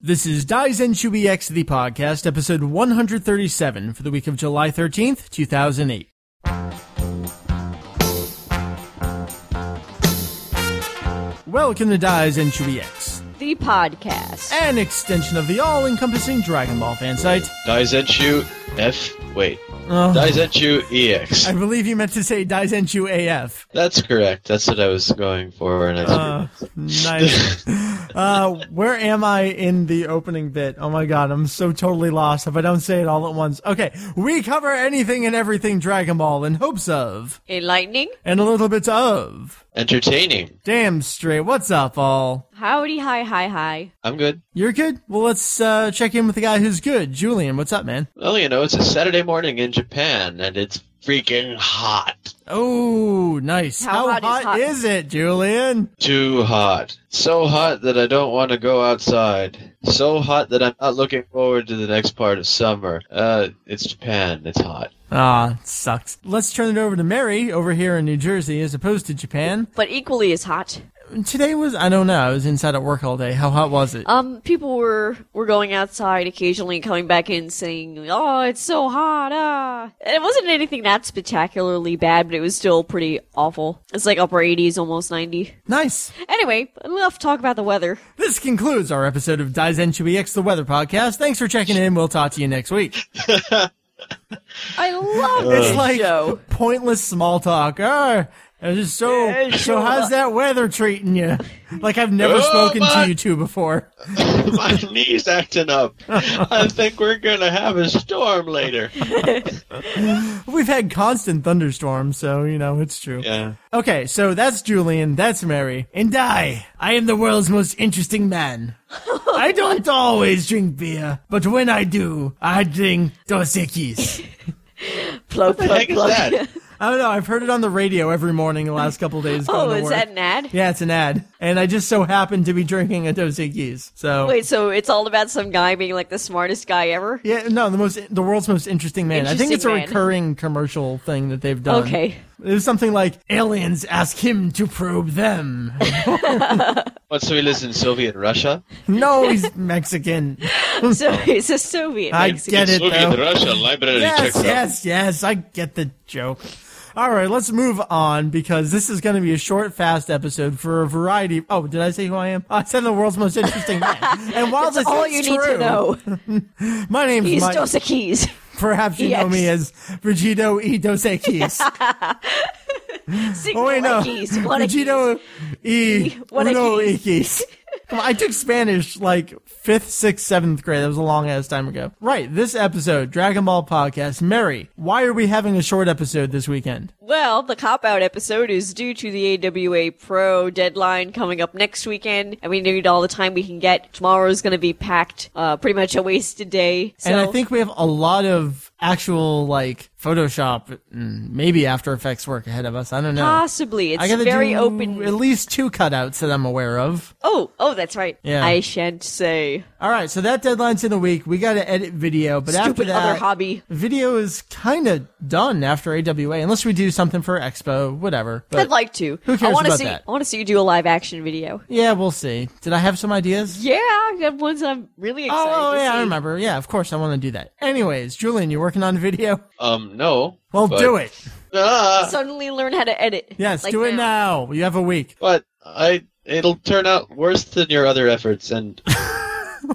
This is Daizen Shubi X the podcast, episode 137 for the week of July 13th, 2008. Welcome to Daizen Shubi X, the podcast. an extension of the all-encompassing Dragon Ball fan site. Daizenshu F. Wait. Oh, Daizenshu EX. I believe you meant to say Daizen Shu AF. That's correct. That's what I was going for. And I Uh, nice. Uh, where am I in the opening bit? Oh my god, I'm so totally lost if I don't say it all at once. Okay, we cover anything and everything Dragon Ball in hopes of, Enlightening. and a little bit of. entertaining. Damn straight, what's up, all? Howdy, hi, hi, hi. I'm good. You're good? Well, let's uh, check in with the guy who's good. Julian, what's up, man? Well, you know, it's a Saturday morning in Japan, and it's freaking hot. Oh, nice. How hot is hot? is it, Julian? Too hot. So hot that I don't want to go outside. So hot that I'm not looking forward to the next part of summer. Uh, it's Japan. It's hot. Ah, it sucks. Let's turn it over to Mary over here in New Jersey as opposed to Japan. But equally as hot. Today was, I don't know, I was inside at work all day. How hot was it? Um, people were were going outside occasionally and coming back in saying, "Oh, it's so hot!" Ah, and it wasn't anything that spectacularly bad, but it was still pretty awful. It's like upper 80s, almost 90. Nice. Anyway, enough talk about the weather. This concludes our episode of Daizen X the Weather Podcast. Thanks for checking in. We'll talk to you next week. I love It's this like show. pointless small talk. Ah, it's just so. Yeah, So sure. how's that weather treating you? Like I've never Oh, spoken my- to you two before. My knee's acting up. I think we're gonna have a storm later. We've had constant thunderstorms, so you know it's true. Yeah. Okay, so that's Julian, that's Mary, and I. I am the world's most interesting man. I don't always drink beer, but when I do, I drink Dos Plug, The plug, heck is plug. that? I don't know. I've heard it on the radio every morning the last couple days. going Oh, to is work. that an ad? Yeah, it's an ad, and I just so happened to be drinking a Dos Equis. So Wait, so it's all about some guy being like the smartest guy ever? yeah, no, the most, the world's most interesting man. I think it's a Interesting man. recurring commercial thing that they've done. Okay. it was something like aliens ask him to probe them. What? So he lives in Soviet Russia. no, he's Mexican. so it's a Soviet. I Mexican. get it though. Russia library Yes, yes, yes. I get the joke. All right, let's move on because this is going to be a short, fast episode for a variety. Oh, did I say who I am? I said the world's most interesting man. And while this That's all is you true, need to know. my Oh, name's He's Mike. Dosa Keys. Perhaps you know Yes. me as Vegito E Dosekis. Signal oh wait, no, Keys. What a keys. Vegito E what a Uno Ikis. I took Spanish like fifth, sixth, seventh grade. That was a long ass time ago. Right, this episode, Dragon Ball podcast. Mary, why are we having a short episode this weekend? Well, the cop out episode is due to the AWA Pro deadline coming up next weekend, and we need all the time we can get. Tomorrow's going to be packed, uh, pretty much a wasted day. So, And I think we have a lot of actual like Photoshop, and maybe After Effects work ahead of us. I don't know. possibly it's uh, I gotta very do open. At least two cutouts that I'm aware of. oh, oh, that's right. Yeah. I shan't say. All right, so that deadline's in a week. We got to edit video, but after Stupid that, other hobby. video is kind of done after AWA, unless we do something for Expo, whatever. But I'd like to. Who cares I wanna about see. that? I want to see you do a live action video. yeah, we'll see. Did I have some ideas? Yeah, I got ones I'm really excited. Oh, oh, to yeah, see. I remember. Yeah, of course, I want to do that. Anyways, Julian, you working on video? Um, no. Well, but- do it. Ah, Suddenly learn how to edit. Yes, Like do it now. You have a week. but I it'll turn out worse than your other efforts, and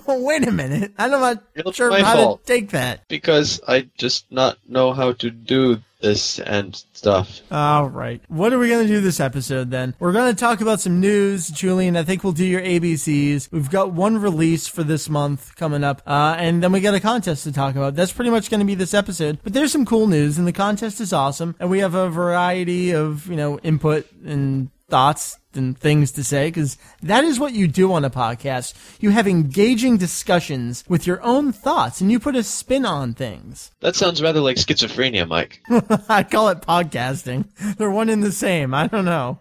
Wait a minute. I'm not It's sure my how fault. to take that. because I just not know how to do this and stuff. All right. What are we going to do this episode then? We're going to talk about some news, Julian. I think we'll do your ABCs. We've got one release for this month coming up, uh, and then we got a contest to talk about. That's pretty much going to be this episode. But there's some cool news, and the contest is awesome, and we have a variety of you know input and thoughts and things to say because that is what you do on a podcast. You have engaging discussions with your own thoughts, and you put a spin on things. That sounds rather like schizophrenia, Mike. I call it podcasting. They're one and the same. I don't know.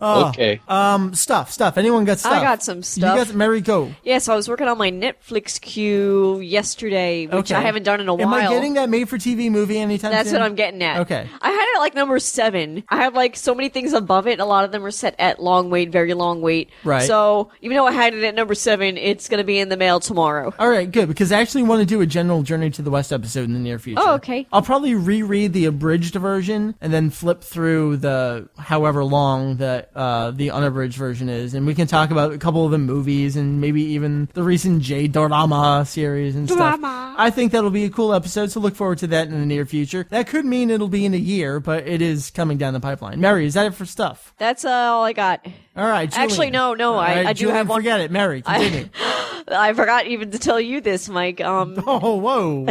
Oh, Okay. Um, stuff, stuff. Anyone got stuff? I got some stuff. You got Mary go. Yeah, so I was working on my Netflix queue yesterday, which Okay. I haven't done in a Am while. I getting that made-for-TV movie anytime That's soon? what I'm getting at. Okay. I had it at, like number seven. I have like so many things above it. A lot of them are set at long wait, very long wait. Right. So even though I had it at number seven, it's gonna be in the mail tomorrow. All right, good because I actually want to do a general Journey to the West episode in the near future. Oh, okay. I'll probably reread the abridged version and then flip through the however long the uh, the unabridged version is, and we can talk about a couple of the movies and maybe even the recent J drama series and Drama. stuff. I think that'll be a cool episode, so look forward to that in the near future. That could mean it'll be in a year, but it is coming down the pipeline. Mary, is that it for stuff? That's uh, all I got. All right. Julian. Actually, no, no, All I- right, I do Julian, have one- Forget it, Mary. Continue. I forgot even to tell you this, Mike. Um, Oh, whoa.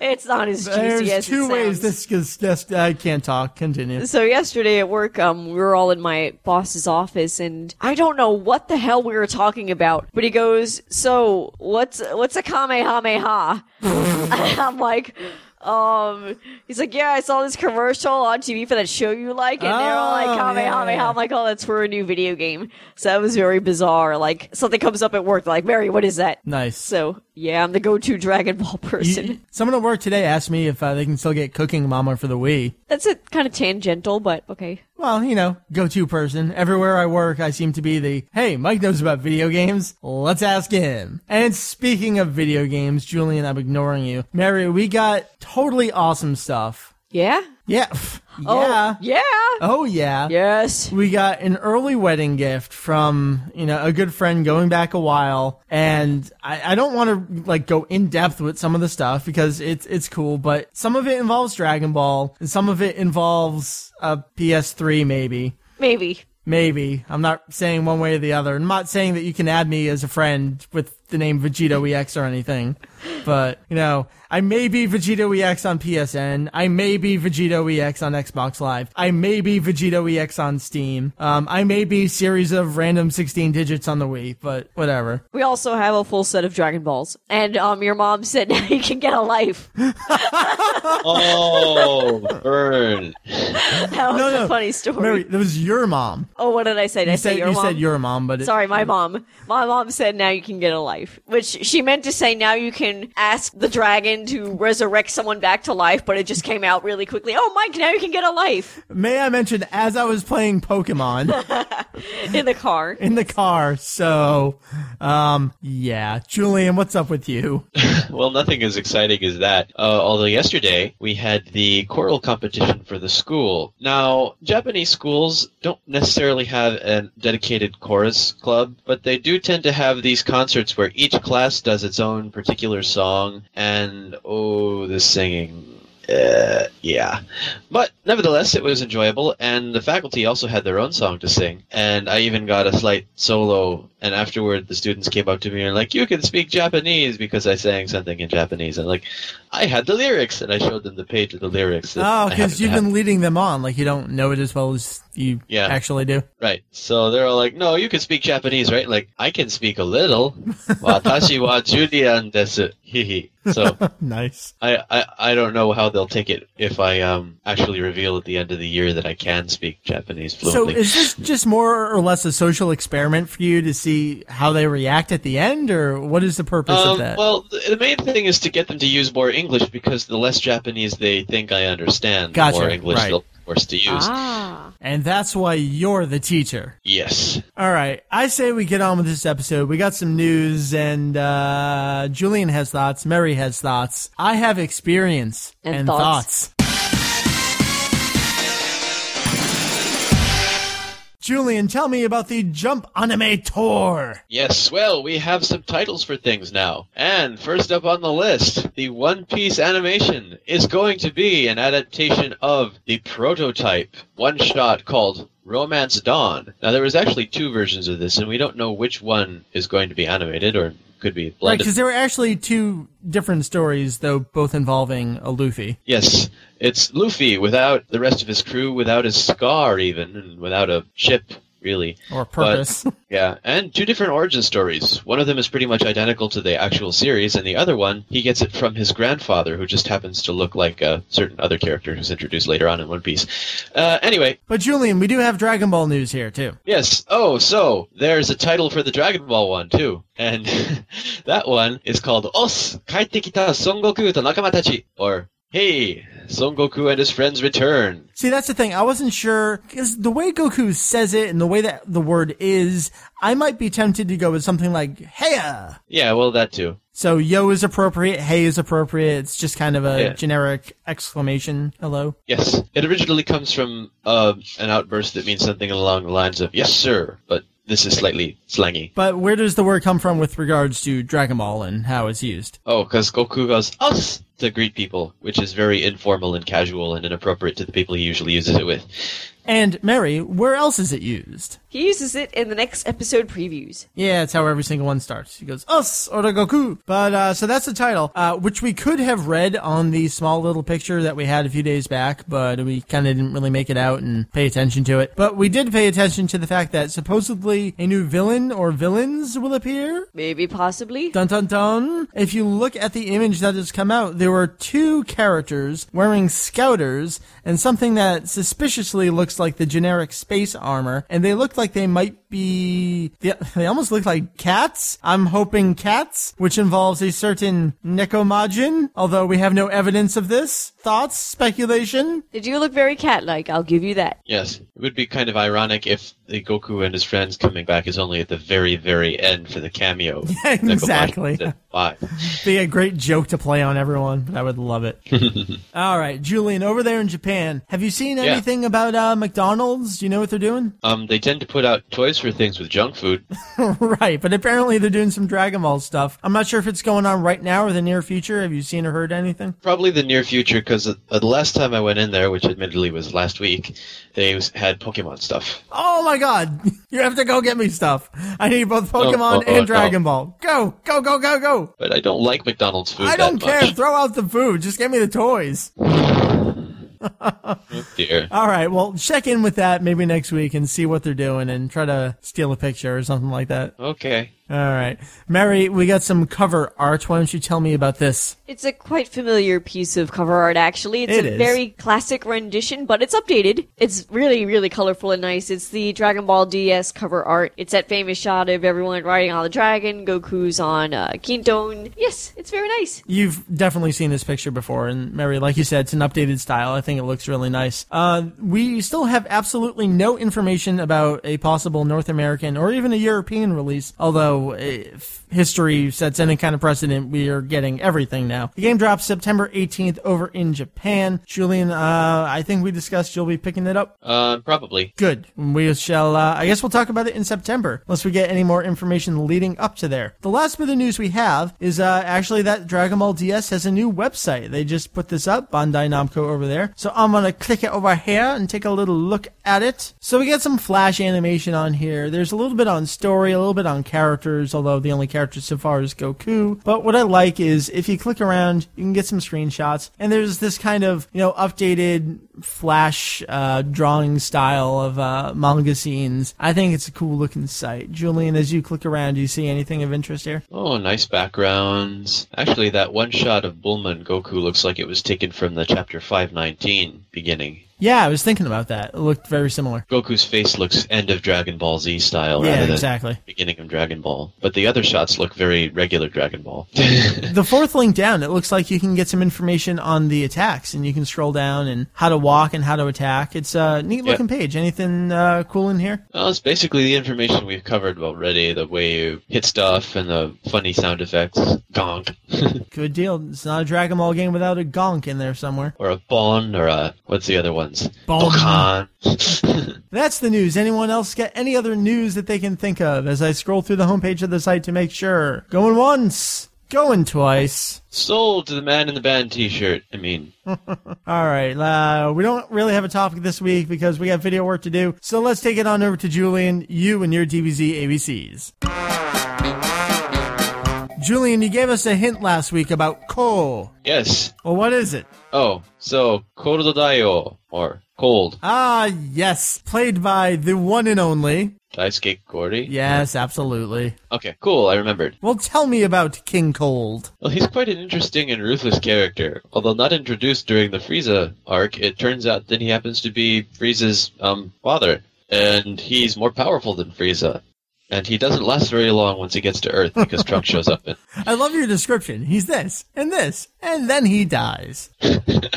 it's not as juicy There's as two it ways sounds. this is. This, I can't talk. Continue. So yesterday at work, um, we were all in my boss's office, and I don't know what the hell we were talking about. But he goes, "So what's what's a kamehameha?" and I'm like, "Um," he's like, "Yeah, I saw this commercial on TV for that show you like, and they're all Oh, like kamehameha." yeah. I'm like, "Oh, that's for a new video game." So that was very bizarre. Like something comes up at work, they're like, "Mary, what is that?" Nice. So yeah, I'm the go-to Dragon Ball person. You- someone at work today asked me if uh, they can still get Cooking Mama for the Wii. That's a kind of tangential, but okay. Well, you know, go-to person. Everywhere I work, I seem to be the, hey, Mike knows about video games. Let's ask him. And speaking of video games, Julian, I'm ignoring you. Mary, we got totally awesome stuff. Yeah. Yeah. pff, yeah. Oh, yeah. Oh, yeah. Yes. We got an early wedding gift from, you know, a good friend going back a while. And I, I don't want to like go in depth with some of the stuff because it's, it's cool, but some of it involves Dragon Ball and some of it involves a PS3 maybe. Maybe. Maybe. I'm not saying one way or the other. I'm not saying that you can add me as a friend with the name Vegito EX or anything. But, you know, I may be Vegito EX on PSN. I may be Vegito EX on Xbox Live. I may be Vegito EX on Steam. Um, I may be series of random 16 digits on the Wii, but whatever. We also have a full set of Dragon Balls. And um your mom said now you can get a life. Oh, burn. That was No, a no. funny story. Mary, that was your mom. oh, what did I say? Did I You say said, your you mom? said your mom, but it, Sorry, my mom. My mom said now you can get a life. Which she meant to say now you can ask the dragon to resurrect someone back to life, but it just came out really quickly. Oh Mike, now you can get a life may I mention, as I was playing Pokemon. in the car. in the car. So, um, yeah, Julian, what's up with you? Well, nothing as exciting as that. Uh, although yesterday we had the choral competition for the school. Now, Japanese schools don't necessarily have a dedicated chorus club, but they do tend to have these concerts where each class does its own particular song, and oh, the singing. Uh, yeah. But nevertheless, it was enjoyable, and the faculty also had their own song to sing. And I even got a slight solo, and afterward, the students came up to me and like, "You can speak Japanese," because I sang something in Japanese. And like, I had the lyrics, and I showed them the page of the lyrics. that Oh, I because happened to you've have. been leading them on, like you don't know it as well as you Yeah. actually do. right. So they're all like, "No, you can speak Japanese, right?" Like, I can speak a little. Watashi wa Julian desu. Hee hee. So. Nice. I, I, I don't know how they'll take it if I um actually reveal at the end of the year that I can speak Japanese So fluently. is this just more or less a social experiment for you to see how they react at the end, or what is the purpose of um, that? well, th- the main thing is to get them to use more English because the less Japanese they think I understand, Gotcha, the more English right. they'll be forced to use. Ah. and that's why you're the teacher. Yes. All right, I say we get on with this episode. We got some news, and uh, Julian has thoughts. Mary has thoughts. I have experience And thoughts. thoughts. Julian, tell me about the Jump Anime Tour. Yes, well, we have some titles for things now. And first up on the list, the One Piece animation is going to be an adaptation of the prototype one shot called Romance Dawn. Now, there was actually two versions of this, and we don't know which one is going to be animated or could be Right, blended. because there were actually two different stories, though both involving a Luffy. Yes, it's Luffy without the rest of his crew, without his scar even, and without a ship, really. Or But- purpose. yeah, and two different origin stories. One of them is pretty much identical to the actual series, and the other one, he gets it from his grandfather, who just happens to look like a certain other character who's introduced later on in One Piece. Uh, anyway, but Julian, we do have Dragon Ball news here too. yes, oh, so there's a title for the Dragon Ball one, too. And that one is called Os Kaitekita Son Goku to Nakamatachi, or Hey, Son Goku and his friends return. See, that's the thing. I wasn't sure because the way Goku says it and the way that the word is, I might be tempted to go with something like "heya." Yeah, well, that too. So "yo" is appropriate, "hey" is appropriate. It's just kind of a Yeah. generic exclamation. Hello. Yes, it originally comes from uh, an outburst that means something along the lines of "Yes, sir," but this is slightly slangy. But where does the word come from with regards to Dragon Ball and how it's used? Oh, because Goku goes us to greet people, which is very informal and casual and inappropriate to the people he usually uses it with. And Mary, where else is it used? He uses it in the next episode previews. Yeah, it's how every single one starts. He goes, us, or Goku. But, uh, so that's the title, uh, which we could have read on the small little picture that we had a few days back, but we kind of didn't really make it out and pay attention to it. But we did pay attention to the fact that supposedly a new villain or villains will appear. Maybe, possibly. Dun dun dun. If you look at the image that has come out, there were two characters wearing scouters and something that suspiciously looks like the generic space armor, and they look like they might be. They, they almost look like cats. I'm hoping cats, which involves a certain Nekomajin, although we have no evidence of this. Thoughts? Speculation? They do look very cat-like, I'll give you that. Yes, it would be kind of ironic if the Goku and his friends coming back is only at the very, very end for the cameo. Never mind. Exactly. Why? be a great joke to play on everyone, but I would love it. All right, Julian, over there in Japan, have you seen Yeah. anything about uh, McDonald's? Do you know what they're doing? Um, they tend to put out toys for things with junk food. right, but apparently they're doing some Dragon Ball stuff. I'm not sure if it's going on right now or the near future. Have you seen or heard anything? Probably the near future, because uh, the last time I went in there, which admittedly was last week, they was- had Pokemon stuff. Oh my god, you have to go get me stuff. I need both No, Pokemon no, and no. Dragon Ball. Go, go, go, go, go. But I don't like McDonald's food I that don't care. much. Throw out the food. Just get me the toys. Oh, dear. All right, well, check in with that maybe next week and see what they're doing and try to steal a picture or something like that. Okay. All right. Mary, we got some cover art. Why don't you tell me about this? It's a quite familiar piece of cover art, actually. It's It a is. very classic rendition, but it's updated. It's really, really colorful and nice. It's the Dragon Ball DS cover art. It's that famous shot of everyone riding on the dragon. Goku's on uh, Kintone. Yes, it's very nice. You've definitely seen this picture before, and Mary, like you said, it's an updated style. I think it looks really nice. Uh, we still have absolutely no information about a possible North American or even a European release, although if history sets any kind of precedent, we are getting everything now. The game drops September 18th over in Japan. Julian, uh, I think we discussed you'll be picking it up. Uh, probably. Good. We shall, uh, I guess we'll talk about it in September, unless we get any more information leading up to there. The last bit of news we have is uh, actually that Dragon Ball DS has a new website. They just put this up, Bandai Namco over there. So I'm going to click it over here and take a little look at it. So we get some flash animation on here. There's a little bit on story, a little bit on characters, although the only character so far is Goku. But what I like is if you click around, you can get some screenshots, and there's this kind of, you know, updated flash uh, drawing style of uh, manga scenes. I think it's a cool looking site. Julian, as you click around, do you see anything of interest here? Oh, nice backgrounds. Actually, that one shot of Bulma and Goku looks like it was taken from the chapter 519 beginning. Yeah, I was thinking about that. It looked very similar. Goku's face looks end of Dragon Ball Z style Yeah, rather than exactly. beginning of Dragon Ball. But the other shots look very regular Dragon Ball. The fourth link down, it looks like you can get some information on the attacks, and you can scroll down and how to walk and how to attack. It's a neat looking page. Anything uh, cool in here? well, it's basically the information we've covered already, the way you hit stuff and the funny sound effects. Gonk. Good deal. It's not a Dragon Ball game without a gonk in there somewhere. or a Bon or a what's the other ones? Bon. Bokan. That's the news. Anyone else get any other news that they can think of as I scroll through the homepage of the site to make sure? Going once, going twice. Sold to the man in the band t shirt. I mean All right, uh, we don't really have a topic this week because we got video work to do. So let's take it on over to Julian, you and your DBZ ABCs. Julian, you gave us a hint last week about ko. Yes. Well, what is it? Oh, so Korododayo or Cold. Ah, yes, played by the one and only. Daisuke Gori? Yes, absolutely. Okay, cool, I remembered. Well, tell me about King Cold. Well, he's quite an interesting and ruthless character. Although not introduced during the Frieza arc, it turns out that he happens to be Frieza's um, father, and he's more powerful than Frieza. And he doesn't last very long once he gets to Earth because Trunk shows up and I love your description. He's this and this, and then he dies.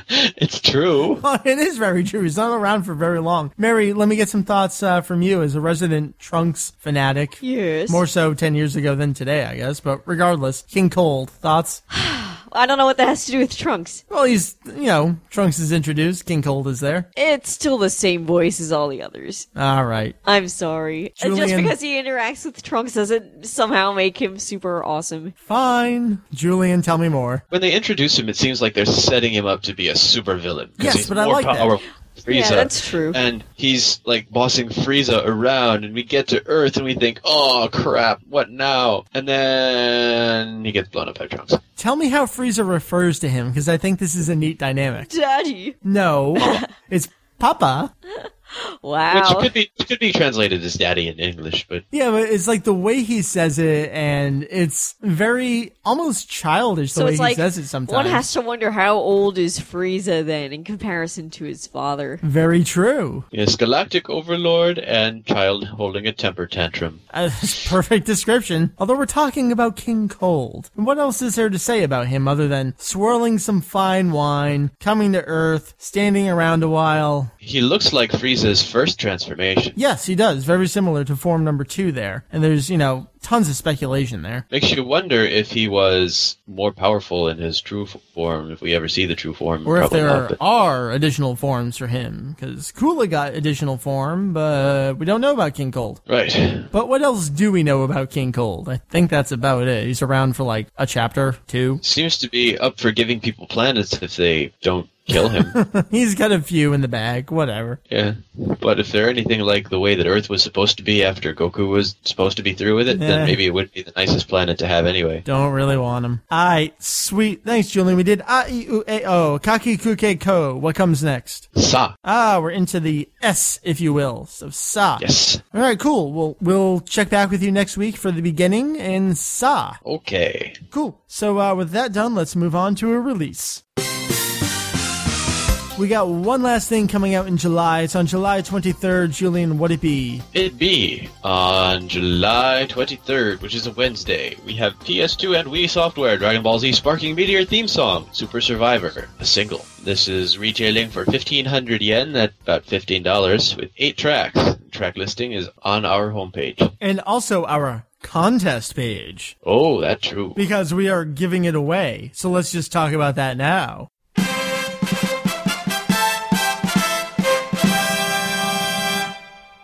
it's true. Well, it is very true. He's not around for very long. Mary, let me get some thoughts uh, from you as a resident Trunks fanatic. Yes. More so 10 years ago than today, I guess. But regardless, King Cold, thoughts? I don't know what that has to do with Trunks. Well, he's, you know, Trunks is introduced. King Cold is there. It's still the same voice as all the others. All right. I'm sorry. And Just Julian- because because he interacts with Trunks doesn't somehow make him super awesome. Fine. Julian, tell me more. When they introduce him, it seems like they're setting him up to be a supervillain. 'cause Yes, he's but I more like that. powerful than Frieza. Yeah, that's true. And he's like bossing Frieza around, and we get to Earth and we think, oh crap, what now? And then he gets blown up by Trunks. Tell me how Frieza refers to him, because I think this is a neat dynamic. Daddy. No, it's Papa. Wow. Which could be could be translated as daddy in English, but Yeah, but it's like the way he says it, and it's very almost childish the so way it's he like says it sometimes. one has to wonder how old is Frieza then in comparison to his father. very true. yes, Galactic Overlord and child holding a temper tantrum. Uh, perfect description. Although we're talking about King Cold. And what else is there to say about him other than swirling some fine wine, coming to Earth, standing around a while? He looks like Frieza's first transformation. Yes, he does. Very similar to form number two there. And there's, you know, tons of speculation there. Makes you wonder if he was more powerful in his true f- form, if we ever see the true form. Or if probably there not, are, but- additional forms for him, because Kula got additional form, but we don't know about King Cold. right. But what else do we know about King Cold? I think that's about it. He's around for like a chapter, two. Seems to be up for giving people planets if they don't kill him. He's got a few in the bag, whatever. yeah. But if they're anything like the way that Earth was supposed to be after Goku was supposed to be through with it, Yeah. then maybe it would be the nicest planet to have anyway. Don't really want him. All right, sweet. Thanks, Julian. We did I E U A O Kaki Kuke Ko. What comes next? Sa. Ah, we're into the S, if you will. So sa. Yes. All right, cool. We'll we'll check back with you next week for the beginning and sa. Okay. Cool. So uh, with that done, let's move on to a release. We got one last thing coming out in July. It's on July 23rd. Julian, what it be? It be on July 23rd, which is a Wednesday. We have PS2 and Wii software Dragon Ball Z Sparking Meteor theme song, Super Survivor, a single. This is retailing for 1500 yen at about $15 with 8 tracks. Track listing is on our homepage. And also our contest page Oh, that's true. because we are giving it away. So let's just talk about that now.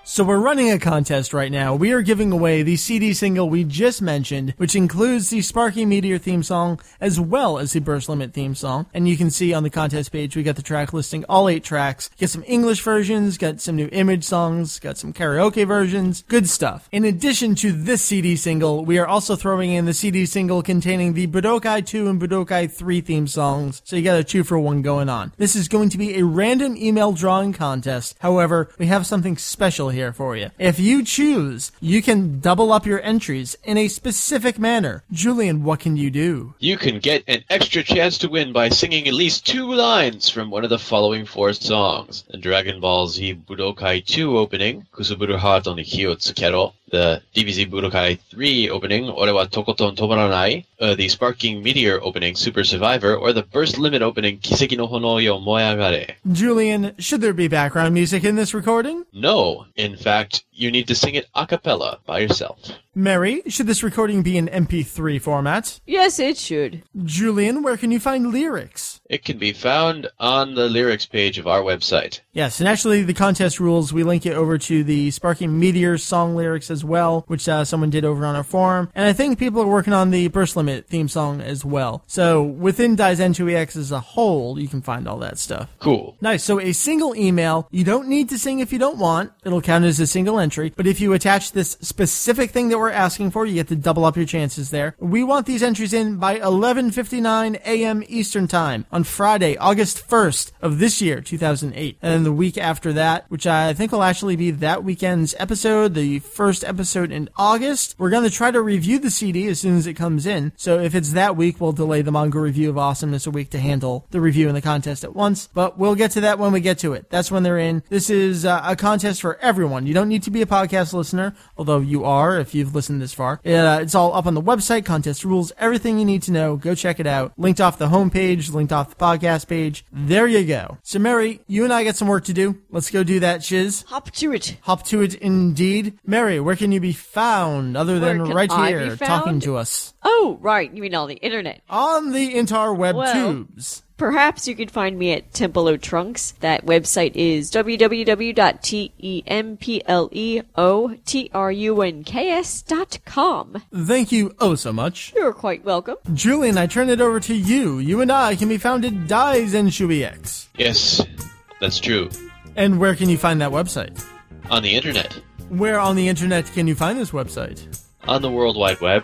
So we're running a contest right now. We are giving away the CD single we just mentioned, which includes the Sparky Meteor theme song as well as the Burst Limit theme song. And you can see on the contest page we got the track listing all eight tracks. Got some English versions, got some new image songs, got some karaoke versions, good stuff. In addition to this CD single, we are also throwing in the CD single containing the Budokai 2 and Budokai 3 theme songs. So you got a two for one going on. This is going to be a random email drawing contest. However, we have something special here for you. If you choose, you can double up your entries in a specific manner. Julian, what can you do? You can get an extra chance to win by singing at least two lines from one of the following four songs. The Dragon Ball Z Budokai 2 opening, Kusuburu Heart on the Hiyo Tsukero. The DBZ Budokai 3 opening, Ore wa Tokoton Tomaranai. Uh, the Sparking Meteor opening, Super Survivor. Or the Burst Limit opening, Kiseki no Hono yo Moyagare. Julian, should there be background music in this recording? No, in fact, you need to sing it a cappella by yourself. Mary, should this recording be in MP3 format? Yes, it should. Julian, where can you find lyrics? It can be found on the lyrics page of our website. Yes, and actually, the contest rules, we link it over to the Sparking Meteor song lyrics as well, which uh, someone did over on our forum. And I think people are working on the Burst Limit theme song as well. So within Dizen 2EX E as a whole, you can find all that stuff. Cool. Nice. So a single email, you don't need to sing if you don't want. It'll count as a single entry. But if you attach this specific thing that we're asking for, you get to double up your chances there. We want these entries in by 11:59 a.m. Eastern Time on Friday, August 1st of this year, 2008. And then the week after that, which I think will actually be that weekend's episode, the first episode in August, we're going to try to review the CD as soon as it comes in. So if it's that week, we'll delay the manga review of Awesomeness a week to handle the review and the contest at once. But we'll get to that when we get to it. That's when they're in. This is uh, a contest for everyone. You don't need to be be a podcast listener, although you are if you've listened this far. Uh, it's all up on the website, contest rules, everything you need to know. Go check it out. Linked off the homepage, linked off the podcast page. There you go. So, Mary, you and I got some work to do. Let's go do that, shiz. Hop to it. Hop to it indeed. Mary, where can you be found other than Where can right I be here found? talking to us? Oh, right. You mean on the internet. On the Intar Web Well- Tubes. Perhaps you could find me at Tempelo Trunks. That website is E www.templeotrunks.com. Thank you oh so much. You're quite welcome. Julian, I turn it over to you. You and I can be found at Dies and X. Yes, that's true. And where can you find that website? On the internet, Where on the internet can you find this website? on the World Wide Web.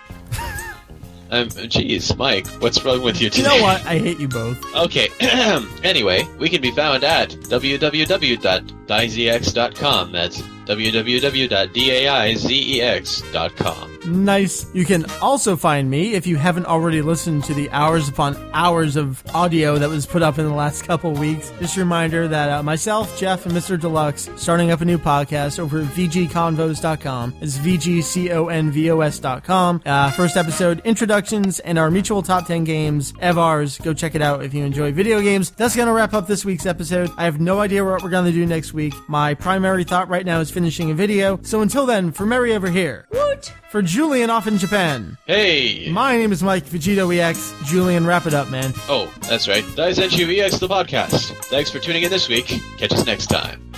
Um, geez, Mike, what's wrong with you You today? know what? I hate you both. Okay. anyway, we can be found at www.daizex.com. That's www.daizex.com. Nice. You can also find me if you haven't already listened to the hours upon hours of audio that was put up in the last couple weeks. Just a reminder that uh, myself, Jeff, and Mr. Deluxe starting up a new podcast over at vgconvos.com. It's vgconvos.com. Uh, first episode, introductions, and our mutual top 10 games, Evars. Go check it out if you enjoy video games. That's going to wrap up this week's episode. I have no idea what we're going to do next week. My primary thought right now is finishing a video. So until then, for Mary over here. Woot! For Julian off in Japan, Hey! my name is Mike Vegito EX. Julian, wrap it up, man. oh, that's right. Daizenchu EX, the podcast. Thanks for tuning in this week. Catch us next time.